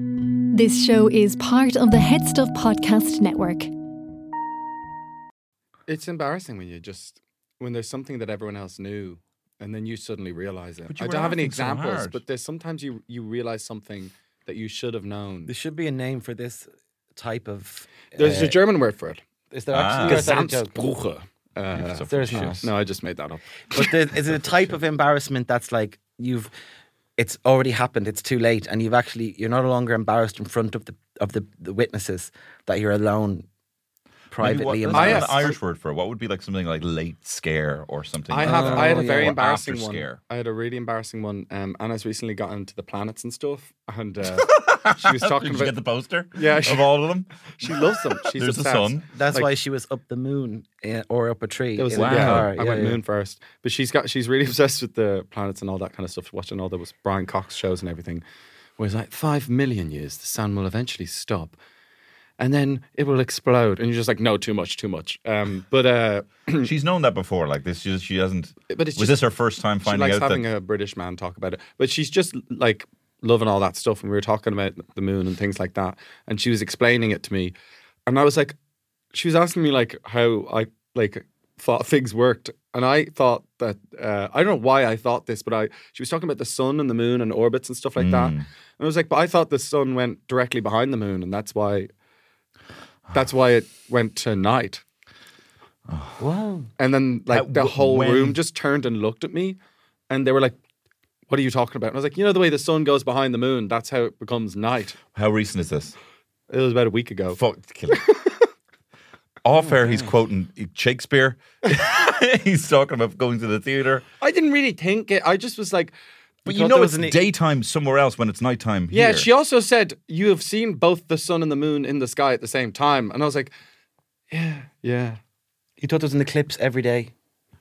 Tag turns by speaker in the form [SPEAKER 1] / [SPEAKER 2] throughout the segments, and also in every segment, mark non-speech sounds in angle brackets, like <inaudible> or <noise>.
[SPEAKER 1] This show is part of the Head Stuff Podcast Network.
[SPEAKER 2] It's embarrassing when you just when there's something that everyone else knew, and then you suddenly realize it.
[SPEAKER 3] But you
[SPEAKER 2] I
[SPEAKER 3] were
[SPEAKER 2] don't have any
[SPEAKER 3] laughing so
[SPEAKER 2] examples,
[SPEAKER 3] hard.
[SPEAKER 2] but there's sometimes you you realize something that you should have known.
[SPEAKER 4] There should be a name for this type of.
[SPEAKER 2] There's a
[SPEAKER 4] uh,
[SPEAKER 2] German word for it.
[SPEAKER 4] Is there
[SPEAKER 3] Ah.
[SPEAKER 4] actually or Oh, is that a joke?
[SPEAKER 2] Gesamtbruche. Uh,
[SPEAKER 3] So
[SPEAKER 4] there's
[SPEAKER 3] precious.
[SPEAKER 2] no, I just made that up.
[SPEAKER 4] But there, is it a type of embarrassment that's like you've? It's already happened. It's too late, and you've actually you're no longer embarrassed in front of the of the, the witnesses that you're alone,
[SPEAKER 3] Maybe
[SPEAKER 4] privately
[SPEAKER 3] what- there's not
[SPEAKER 4] embarrassed.
[SPEAKER 3] an Irish word for it. What would be like something like late scare or something?
[SPEAKER 2] I
[SPEAKER 3] like
[SPEAKER 2] have.
[SPEAKER 3] that?
[SPEAKER 2] I had a
[SPEAKER 4] Oh, yeah.
[SPEAKER 2] very
[SPEAKER 3] Or
[SPEAKER 2] embarrassing
[SPEAKER 3] after
[SPEAKER 2] one.
[SPEAKER 3] scare.
[SPEAKER 2] I had a really embarrassing one. Um, Anna's recently got into the planets and stuff,
[SPEAKER 3] <laughs>
[SPEAKER 2] and uh, she was talking
[SPEAKER 3] Did you
[SPEAKER 2] about.
[SPEAKER 3] get the poster?
[SPEAKER 2] Yeah,
[SPEAKER 3] of all of them.
[SPEAKER 2] she loves
[SPEAKER 3] <laughs>
[SPEAKER 2] them. <laughs> She's
[SPEAKER 3] There's the
[SPEAKER 2] obsessed.
[SPEAKER 3] sun.
[SPEAKER 4] That's
[SPEAKER 2] like-
[SPEAKER 4] why she was up the moon eh, or up a tree.
[SPEAKER 2] It was
[SPEAKER 4] in
[SPEAKER 2] like,
[SPEAKER 4] the
[SPEAKER 2] yeah,
[SPEAKER 4] car.
[SPEAKER 2] I
[SPEAKER 4] Yeah,
[SPEAKER 2] went
[SPEAKER 4] yeah.
[SPEAKER 2] moon first. But she's got she's really <laughs> obsessed with the planets and all that kind of stuff. Watching all those Brian Cox shows and everything. Whereas like five million years, the sun will eventually stop, and then it will explode. And you're just like, no, too much, too much. Um, but uh,
[SPEAKER 3] <laughs> She's known that before. Like this, she, she hasn't.
[SPEAKER 2] but it's just,
[SPEAKER 3] was this her first time
[SPEAKER 2] she
[SPEAKER 3] finding
[SPEAKER 2] likes
[SPEAKER 3] out that?
[SPEAKER 2] having a British man talk about it. But she's just like loving all that stuff. And we were talking about the moon and things like that. And she was explaining it to me. And I was like, she was asking me like how I like thought things worked. And I thought that uh, I don't know why I thought this, but I she was talking about the sun and the moon and orbits and stuff like that.
[SPEAKER 3] Mm.
[SPEAKER 2] And I was like, but I thought the sun went directly behind the moon, and that's why that's why it went to night.
[SPEAKER 4] Wow.
[SPEAKER 2] And then like
[SPEAKER 3] Uh,
[SPEAKER 2] the
[SPEAKER 3] wh-
[SPEAKER 2] whole
[SPEAKER 3] when-
[SPEAKER 2] room just turned and looked at me and they were like, What are you talking about? And I was like, you know the way the sun goes behind the moon, that's how it becomes night.
[SPEAKER 3] How recent is this?
[SPEAKER 2] It was about a week ago.
[SPEAKER 3] Fuck, kill
[SPEAKER 2] <laughs>
[SPEAKER 3] it.
[SPEAKER 2] Oh
[SPEAKER 3] Off air, he's quoting Shakespeare. <laughs> he's talking about going to the theater.
[SPEAKER 2] I didn't really think it. I just was like
[SPEAKER 3] But
[SPEAKER 4] Because
[SPEAKER 3] you know
[SPEAKER 4] there
[SPEAKER 3] it's
[SPEAKER 4] was an-
[SPEAKER 3] daytime somewhere else when it's nighttime
[SPEAKER 2] e- Yeah,
[SPEAKER 3] here.
[SPEAKER 2] she also said, You have seen both the sun and the moon in the sky at the same time. And I was like, Yeah, yeah.
[SPEAKER 4] You thought there was an eclipse every day.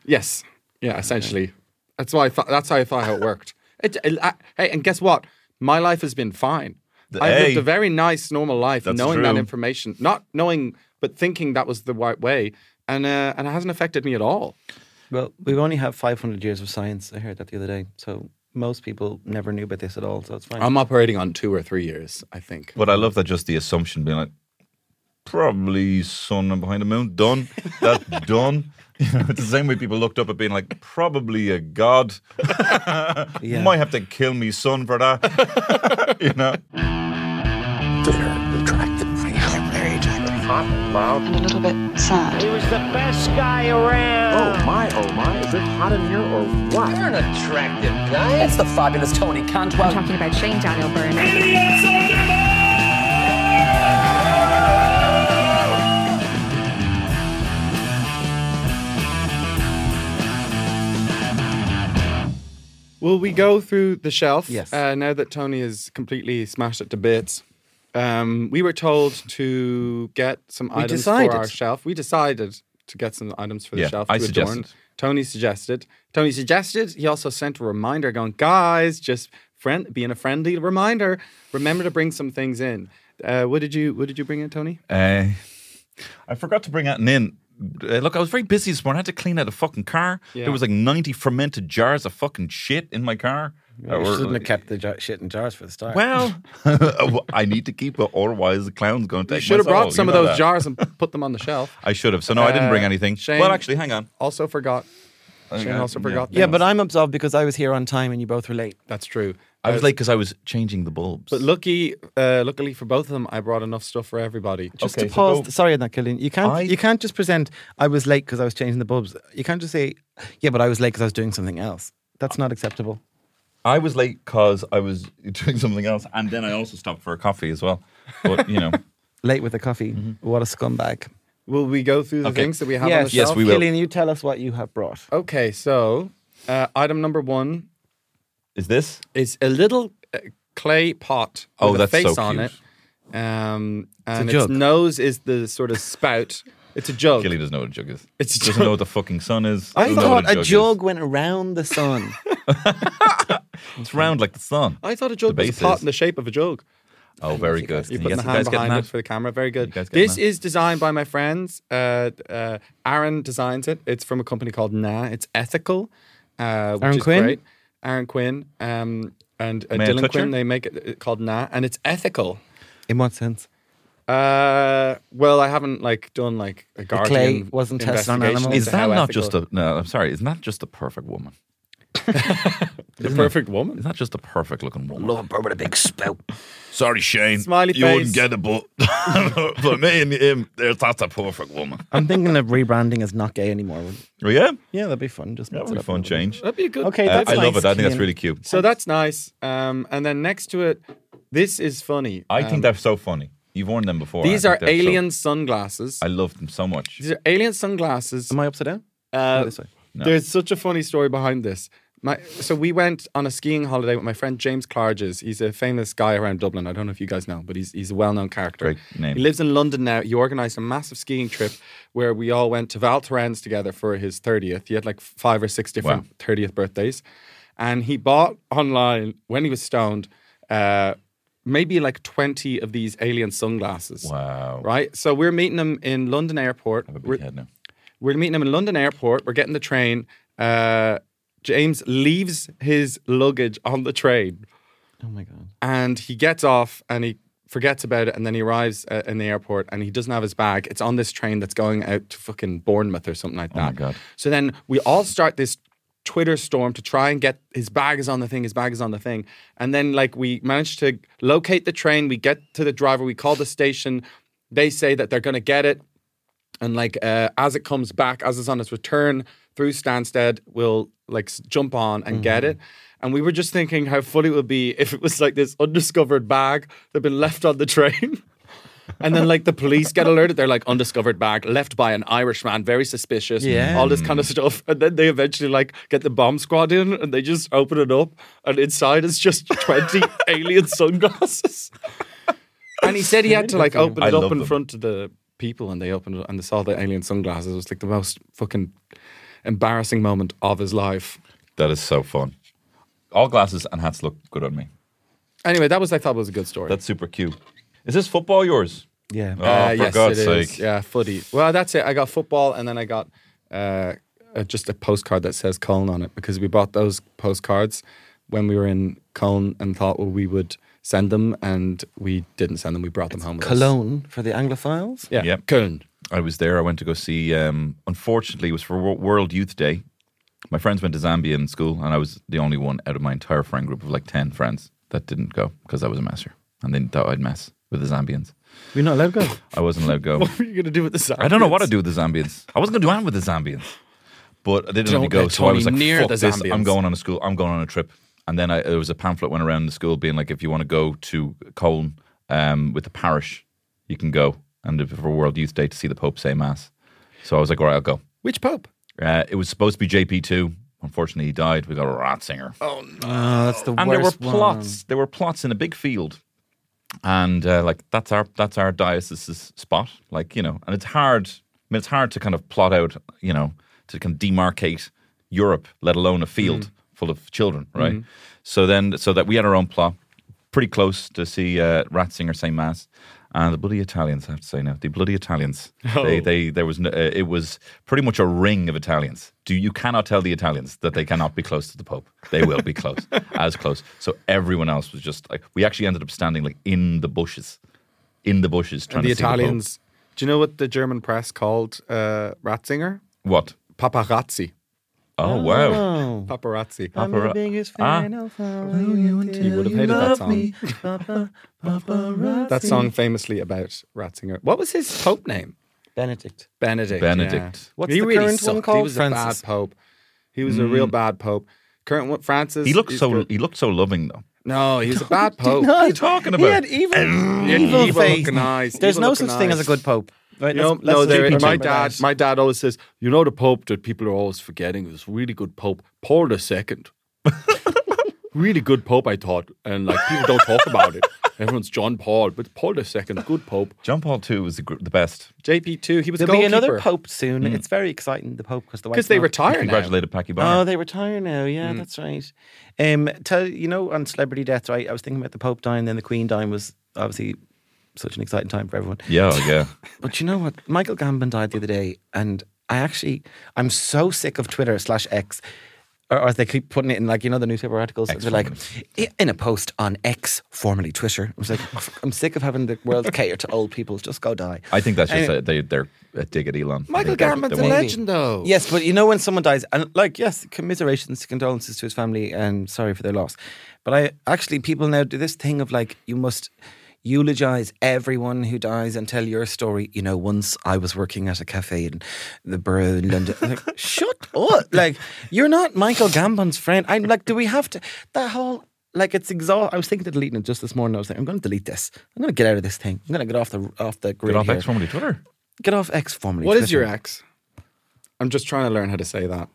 [SPEAKER 2] Yes. Yeah, essentially. That's why I thought that's how I thought how it worked. It, it- I- hey, and guess what? My life has been fine. I have lived
[SPEAKER 3] hey.
[SPEAKER 2] a very nice, normal life,
[SPEAKER 3] That's
[SPEAKER 2] knowing that
[SPEAKER 3] true.
[SPEAKER 2] information, not knowing, but thinking that was the right way, and uh, and it hasn't affected me at all.
[SPEAKER 4] Well, we only have 500 years of science. I heard that the other day. So most people never knew about this at all. So it's fine.
[SPEAKER 2] I'm operating on two or three years, I think.
[SPEAKER 3] But I love that just the assumption being like, probably sun and behind the moon. Done.
[SPEAKER 2] <laughs>
[SPEAKER 3] That done. You know, it's the same way people looked up at being like, probably
[SPEAKER 2] <laughs>
[SPEAKER 3] a god.
[SPEAKER 4] Yeah.
[SPEAKER 3] Might have to kill me son for that. you know.
[SPEAKER 5] bitter, attractive. I got married. Hot, loud.
[SPEAKER 6] and a little bit sad.
[SPEAKER 7] He was the best guy around.
[SPEAKER 5] Oh my, oh my. Is it hot in here or what? You're an attractive guy. It's the fabulous Tony Cantwell.
[SPEAKER 8] talking about Shane Daniel Byrne.
[SPEAKER 2] Will we go through the shelf?
[SPEAKER 4] Yes.
[SPEAKER 2] Uh, now that Tony is completely smashed it to bits, um, we were told to get some items
[SPEAKER 4] decided.
[SPEAKER 2] for our shelf. We decided to get some items for the
[SPEAKER 3] Yeah,
[SPEAKER 2] shelf.
[SPEAKER 3] I
[SPEAKER 2] to adorn.
[SPEAKER 3] suggested.
[SPEAKER 2] Tony suggested. Tony suggested. He also sent a reminder going, guys, just friend, being a friendly reminder. Remember to bring some things in. Uh, what did you What did you bring in, Tony?
[SPEAKER 3] Uh, I forgot to bring Anton in. Uh, look, I was very busy this morning. I had to clean out a fucking car.
[SPEAKER 2] Yeah.
[SPEAKER 3] There was like 90 fermented jars of fucking shit in my car. Uh,
[SPEAKER 4] You
[SPEAKER 3] or-
[SPEAKER 4] shouldn't have kept the jar- shit in jars for the
[SPEAKER 3] <laughs>
[SPEAKER 4] start.
[SPEAKER 3] Well, <laughs> I need to keep it, otherwise the clown's going to
[SPEAKER 2] You
[SPEAKER 3] take.
[SPEAKER 2] should have
[SPEAKER 3] my soul.
[SPEAKER 2] brought some
[SPEAKER 3] Oh, You
[SPEAKER 2] of
[SPEAKER 3] know
[SPEAKER 2] those
[SPEAKER 3] that.
[SPEAKER 2] jars
[SPEAKER 3] <laughs>
[SPEAKER 2] and put them on the shelf.
[SPEAKER 3] I should have. So no, I didn't bring
[SPEAKER 2] Uh,
[SPEAKER 3] anything.
[SPEAKER 2] Shane-
[SPEAKER 3] well, actually, hang on.
[SPEAKER 2] Also forgot. Shane
[SPEAKER 3] I-
[SPEAKER 2] also
[SPEAKER 3] yeah.
[SPEAKER 2] forgot.
[SPEAKER 4] yeah,
[SPEAKER 2] things.
[SPEAKER 4] but I'm absolved because I was here on time and you both were late.
[SPEAKER 2] that's true. Uh,
[SPEAKER 3] I was late because I was changing the bulbs.
[SPEAKER 2] But lucky, uh, luckily for both of them, I brought enough stuff for everybody.
[SPEAKER 4] Just
[SPEAKER 3] Okay,
[SPEAKER 4] to
[SPEAKER 3] so
[SPEAKER 4] pause.
[SPEAKER 3] go-
[SPEAKER 4] sorry, not Killian. You can't.
[SPEAKER 3] I-
[SPEAKER 4] you can't just present. I was late because I was changing the bulbs. You can't just say, "Yeah, but I was late because I was doing something else." That's not acceptable.
[SPEAKER 3] I was late because I was <laughs> doing something else, and then I also stopped for a coffee as well. But
[SPEAKER 2] <laughs>
[SPEAKER 3] you know,
[SPEAKER 4] Late with a coffee.
[SPEAKER 3] Mm-hmm.
[SPEAKER 4] What a scumbag.
[SPEAKER 2] Will we go through the
[SPEAKER 3] Okay.
[SPEAKER 2] things that we have on the
[SPEAKER 3] Yes,
[SPEAKER 2] shelf?
[SPEAKER 3] we will.
[SPEAKER 4] Killian, you tell us what you have brought.
[SPEAKER 2] Okay, so uh, item number one
[SPEAKER 3] is this?
[SPEAKER 2] is a little uh, clay pot
[SPEAKER 3] Oh,
[SPEAKER 2] with
[SPEAKER 3] that's
[SPEAKER 2] a face
[SPEAKER 3] so
[SPEAKER 2] on
[SPEAKER 3] cute.
[SPEAKER 2] it, um, and its
[SPEAKER 4] jug.
[SPEAKER 2] nose is the sort of spout. It's a jug.
[SPEAKER 3] Gilly doesn't know what a jug is.
[SPEAKER 2] It's a
[SPEAKER 3] doesn't
[SPEAKER 2] jug.
[SPEAKER 3] know what the fucking sun is.
[SPEAKER 4] I
[SPEAKER 3] Doesn't know what
[SPEAKER 4] thought a
[SPEAKER 3] is.
[SPEAKER 4] jug went around the
[SPEAKER 3] <laughs>
[SPEAKER 4] sun.
[SPEAKER 3] It's round like the sun.
[SPEAKER 2] I thought a jug
[SPEAKER 3] The
[SPEAKER 2] was a
[SPEAKER 3] base
[SPEAKER 2] pot
[SPEAKER 3] is.
[SPEAKER 2] in the shape of a jug.
[SPEAKER 3] Oh, very good.
[SPEAKER 2] You're
[SPEAKER 3] You
[SPEAKER 2] putting
[SPEAKER 3] guys-
[SPEAKER 2] the hand
[SPEAKER 3] you guys getting
[SPEAKER 2] behind it
[SPEAKER 3] that?
[SPEAKER 2] for the camera. Very good.
[SPEAKER 3] guys getting
[SPEAKER 2] This
[SPEAKER 3] that?
[SPEAKER 2] is designed by my friends. Uh, uh, Aaron designs it. It's from a company called Nah. It's ethical. Uh, which
[SPEAKER 4] Aaron
[SPEAKER 2] is
[SPEAKER 4] Quinn?
[SPEAKER 2] Great. Aaron Quinn um, and uh,
[SPEAKER 3] May I
[SPEAKER 2] Dylan
[SPEAKER 3] touch her?
[SPEAKER 2] Quinn. They make it uh, called Nah, and it's ethical.
[SPEAKER 4] In what sense?
[SPEAKER 2] Uh, well, I haven't like done like a guardian.
[SPEAKER 4] clay wasn't tested on
[SPEAKER 2] investigation
[SPEAKER 4] animals?
[SPEAKER 3] Is
[SPEAKER 2] into how
[SPEAKER 3] that not
[SPEAKER 2] ethical-
[SPEAKER 3] just a no? I'm sorry. Is not that just a perfect woman?
[SPEAKER 2] the perfect
[SPEAKER 3] Is
[SPEAKER 2] woman?
[SPEAKER 3] that just a perfect looking woman?
[SPEAKER 5] Love a bird with a big spout.
[SPEAKER 3] Sorry, Shane.
[SPEAKER 2] Smiley
[SPEAKER 3] you wouldn't
[SPEAKER 2] face.
[SPEAKER 3] get it, but <laughs> for me and him, there's that's a perfect woman.
[SPEAKER 4] I'm thinking of rebranding as not gay anymore.
[SPEAKER 3] Oh yeah,
[SPEAKER 4] Yeah, that'd be fun. Just
[SPEAKER 3] that
[SPEAKER 4] mix
[SPEAKER 3] would <laughs> be
[SPEAKER 4] it up
[SPEAKER 3] fun
[SPEAKER 4] a little
[SPEAKER 3] change. Uh,
[SPEAKER 2] That'd be a good.
[SPEAKER 4] Okay,
[SPEAKER 3] I-
[SPEAKER 4] that's
[SPEAKER 3] I love
[SPEAKER 4] nice,
[SPEAKER 3] it. I think that's
[SPEAKER 4] Cian.
[SPEAKER 3] really cute.
[SPEAKER 2] So that's nice. Um, and then next to it, this is funny.
[SPEAKER 3] I
[SPEAKER 2] Um,
[SPEAKER 3] think they're so funny. You've worn them before. I
[SPEAKER 2] these
[SPEAKER 3] think
[SPEAKER 2] are
[SPEAKER 3] they're so-
[SPEAKER 2] alien sunglasses.
[SPEAKER 3] I love them so much.
[SPEAKER 2] These are alien sunglasses.
[SPEAKER 4] bit. Am I upside down?
[SPEAKER 2] Uh,
[SPEAKER 4] this way.
[SPEAKER 3] No.
[SPEAKER 2] There's such a funny story behind this. My, so we went on a skiing holiday with my friend James Clarges. He's a famous guy around Dublin. I don't know if you guys know, but he's he's a well-known character.
[SPEAKER 3] Great name.
[SPEAKER 2] He lives in London now. He organised a massive skiing trip where we all went to Val Thorens together for his 30th. He had like five or six different
[SPEAKER 3] Wow.
[SPEAKER 2] 30th birthdays, and he bought online when he was stoned, uh, maybe like 20 of these alien sunglasses.
[SPEAKER 3] Wow.
[SPEAKER 2] Right. So we're meeting him in London airport.
[SPEAKER 3] Have a big
[SPEAKER 2] We're-
[SPEAKER 3] head now.
[SPEAKER 2] we're meeting him in London airport. We're getting the train. Uh, James leaves his luggage on the train
[SPEAKER 4] Oh my god.
[SPEAKER 2] and he gets off and he forgets about it. And then he arrives uh, in the airport and he doesn't have his bag. It's on this train that's going out to fucking Bournemouth or something like
[SPEAKER 4] Oh
[SPEAKER 2] that.
[SPEAKER 3] my God.
[SPEAKER 2] So then we all start this Twitter storm to try and get his bag is on the thing, his bag is on the thing. And then, like, we manage to locate the train. We get to the driver, we call the station. They say that they're going to get it. And like uh, as it comes back, as it's on its return through Stansted, we'll like s- jump on and get it. And we were just thinking how funny it would be if it was like this undiscovered bag that had been left on the train. <laughs> And then, like, the police get alerted. They're like, undiscovered bag left by an Irishman, very suspicious,
[SPEAKER 4] Yeah.
[SPEAKER 2] all this kind of stuff. And then they eventually, like, get the bomb squad in and they just open it up. And inside is just 20 alien sunglasses. And he said he had to, like, open
[SPEAKER 3] I
[SPEAKER 2] it
[SPEAKER 3] love
[SPEAKER 2] up in
[SPEAKER 3] them.
[SPEAKER 2] front to the people and they opened it and they saw the alien sunglasses. It was like the most fucking embarrassing moment of his life.
[SPEAKER 3] That is so fun. All glasses and hats look good on me.
[SPEAKER 2] Anyway, that was I thought was a good story. Uh,
[SPEAKER 3] That's super cute. Is this football yours?
[SPEAKER 4] Yeah.
[SPEAKER 3] Oh, for God's
[SPEAKER 2] it is.
[SPEAKER 3] sake.
[SPEAKER 2] Yeah, footy. Well, that's it. I got football and then I got uh, uh, just a postcard that says Cologne on it because we bought those postcards when we were in Cologne and thought well, we would send them and we didn't send them. We brought them home. With us.
[SPEAKER 4] Cologne for the Anglophiles.
[SPEAKER 2] Yeah.
[SPEAKER 3] Yep.
[SPEAKER 2] Cologne.
[SPEAKER 3] I was there. I went to go see. Um, unfortunately, it was for Wo- World Youth Day. My friends went to Zambia in school, and I was the only one out of my entire friend group of like ten friends that didn't go because I was a messer, and they thought I'd mess with the Zambians.
[SPEAKER 4] We're not allowed to go.
[SPEAKER 3] I wasn't allowed
[SPEAKER 2] <laughs>
[SPEAKER 3] to
[SPEAKER 2] <laughs>
[SPEAKER 3] go.
[SPEAKER 2] What are you going to do with this?
[SPEAKER 3] I don't know what to do with the Zambians. I wasn't going to do anything with the Zambians, but they didn't
[SPEAKER 2] Don't
[SPEAKER 3] let me go.
[SPEAKER 2] let
[SPEAKER 3] So I was like,
[SPEAKER 2] Tony near
[SPEAKER 3] "Fuck
[SPEAKER 2] the
[SPEAKER 3] this! I'm
[SPEAKER 2] Zambians."
[SPEAKER 3] going on a school. I'm going on a trip." And then I, there was a pamphlet went around the school being like, "If you want to go to Cologne um, with the parish, you can go and if- for World Youth Day to see the Pope say mass." So I was like, "All right, I'll go."
[SPEAKER 2] Which pope?
[SPEAKER 3] Uh, it was supposed to be JP two. Unfortunately, he died. We got a rat singer.
[SPEAKER 4] Oh, that's the
[SPEAKER 3] and there were
[SPEAKER 4] worst
[SPEAKER 3] plots. There were plots in a big field, and uh, like that's our that's our diocese's spot. Like you know, and it's hard. I mean, it's hard to kind of plot out. You know, to kind of demarcate Europe, let alone a field full of children, right? So then, so that we had our own plot, pretty close to see uh, Ratzinger say mass. And Ah, the bloody Italians, I have to say now, the
[SPEAKER 2] <laughs>
[SPEAKER 3] bloody Italians.
[SPEAKER 2] Oh.
[SPEAKER 3] They, they, there was, no, uh, it was pretty much a ring of Italians. Do you cannot tell the Italians that they cannot be close to the Pope? They will
[SPEAKER 2] <laughs>
[SPEAKER 3] be close, as close. So everyone else was just like, we actually ended up standing like in the bushes, in the bushes trying
[SPEAKER 2] the
[SPEAKER 3] to see the Pope.
[SPEAKER 2] Italians. do you know what the German press called uh, Ratzinger?
[SPEAKER 3] What?
[SPEAKER 2] Paparazzi. Ah.
[SPEAKER 3] Oh wow!
[SPEAKER 4] Oh.
[SPEAKER 2] Paparazzi.
[SPEAKER 4] I'm
[SPEAKER 3] Papara-
[SPEAKER 4] the biggest
[SPEAKER 3] Ah.
[SPEAKER 4] fan of you
[SPEAKER 2] He would have hated that song. <laughs>
[SPEAKER 4] Papa, paparazzi.
[SPEAKER 2] That song famously about Ratzinger. What was his pope name?
[SPEAKER 4] Benedict.
[SPEAKER 2] Benedict.
[SPEAKER 3] Benedict.
[SPEAKER 2] yeah.
[SPEAKER 4] What's
[SPEAKER 2] he
[SPEAKER 4] the
[SPEAKER 2] really
[SPEAKER 4] current one
[SPEAKER 2] sucked. He
[SPEAKER 4] called?
[SPEAKER 2] was
[SPEAKER 4] Francis.
[SPEAKER 2] a bad pope. He was a real bad pope. Current one, Francis.
[SPEAKER 3] Mm. He looked
[SPEAKER 2] is
[SPEAKER 3] so
[SPEAKER 2] good.
[SPEAKER 3] he looked so loving though.
[SPEAKER 2] No, he was
[SPEAKER 3] <laughs>
[SPEAKER 2] a bad pope.
[SPEAKER 4] What
[SPEAKER 3] are you talking about?
[SPEAKER 4] He had evil,
[SPEAKER 2] He had
[SPEAKER 4] evil,
[SPEAKER 2] evil
[SPEAKER 4] faith.
[SPEAKER 2] looking eyes,
[SPEAKER 4] There's
[SPEAKER 2] evil
[SPEAKER 4] no
[SPEAKER 2] looking
[SPEAKER 4] such thing
[SPEAKER 2] eyes.
[SPEAKER 4] as a good pope. Right?
[SPEAKER 2] You know,
[SPEAKER 4] Let's- let's
[SPEAKER 2] no, there,
[SPEAKER 4] remember
[SPEAKER 2] my
[SPEAKER 4] that.
[SPEAKER 2] dad, my dad always says, you know, the pope that people are always forgetting was a really good pope, Paul II.
[SPEAKER 3] <laughs>
[SPEAKER 2] really good pope, I thought, and like people don't talk about it. Everyone's John Paul, but Paul II, good pope.
[SPEAKER 3] John Paul II was the, gr- the best.
[SPEAKER 2] JP two, he was
[SPEAKER 4] There'll be
[SPEAKER 2] goalkeeper.
[SPEAKER 4] another pope soon. It's very exciting, the pope, because the
[SPEAKER 2] because
[SPEAKER 4] White's
[SPEAKER 2] they
[SPEAKER 4] not-
[SPEAKER 2] retire Mm. now.
[SPEAKER 3] Congratulated Packy Bonner.
[SPEAKER 4] Oh,
[SPEAKER 2] Ah.
[SPEAKER 4] they retire now. Yeah, that's right. Um, tell you know on celebrity deaths, right? I was thinking about the Pope dying, then the Queen dying was obviously such an exciting time for everyone.
[SPEAKER 3] yeah, oh, yeah.
[SPEAKER 4] But you know what? Michael Gambon died the other day, and I actually I'm so sick of Twitter slash X. or, or as they keep putting it in like you know the newspaper articles.
[SPEAKER 3] X
[SPEAKER 4] They're like "I- in a post on X, formerly Twitter. I was like, "Oh, fuck, I'm sick of having the world cater to old people. Just go die.
[SPEAKER 3] I
[SPEAKER 2] <laughs>
[SPEAKER 3] think that's just
[SPEAKER 4] Anyway.
[SPEAKER 3] a, they, they're a dig at Elon. I
[SPEAKER 2] Michael
[SPEAKER 3] think they-
[SPEAKER 2] Gambon's
[SPEAKER 3] they
[SPEAKER 2] a
[SPEAKER 3] want-
[SPEAKER 2] legend, though.
[SPEAKER 4] Yes, but you know when someone dies, and like yes, commiserations, condolences to his family, and sorry for their loss. But I actually people now do this thing of like you must eulogize everyone who dies and tell your story. You know, once I was working at a cafe in the borough in London. Like, <laughs> Shut up! Like you're not Michael Gambon's friend. I'm like, do we have to that whole like it's exhaust. I was thinking of deleting it just this morning. I was like, I'm going to delete this. I'm going to get out of this thing. I'm going to get off the off the grid.
[SPEAKER 3] Get off
[SPEAKER 4] here.
[SPEAKER 3] X formerly Twitter.
[SPEAKER 4] Get off X formally.
[SPEAKER 2] What is your
[SPEAKER 4] Twitter.
[SPEAKER 2] ex? I'm just trying to learn how to say that.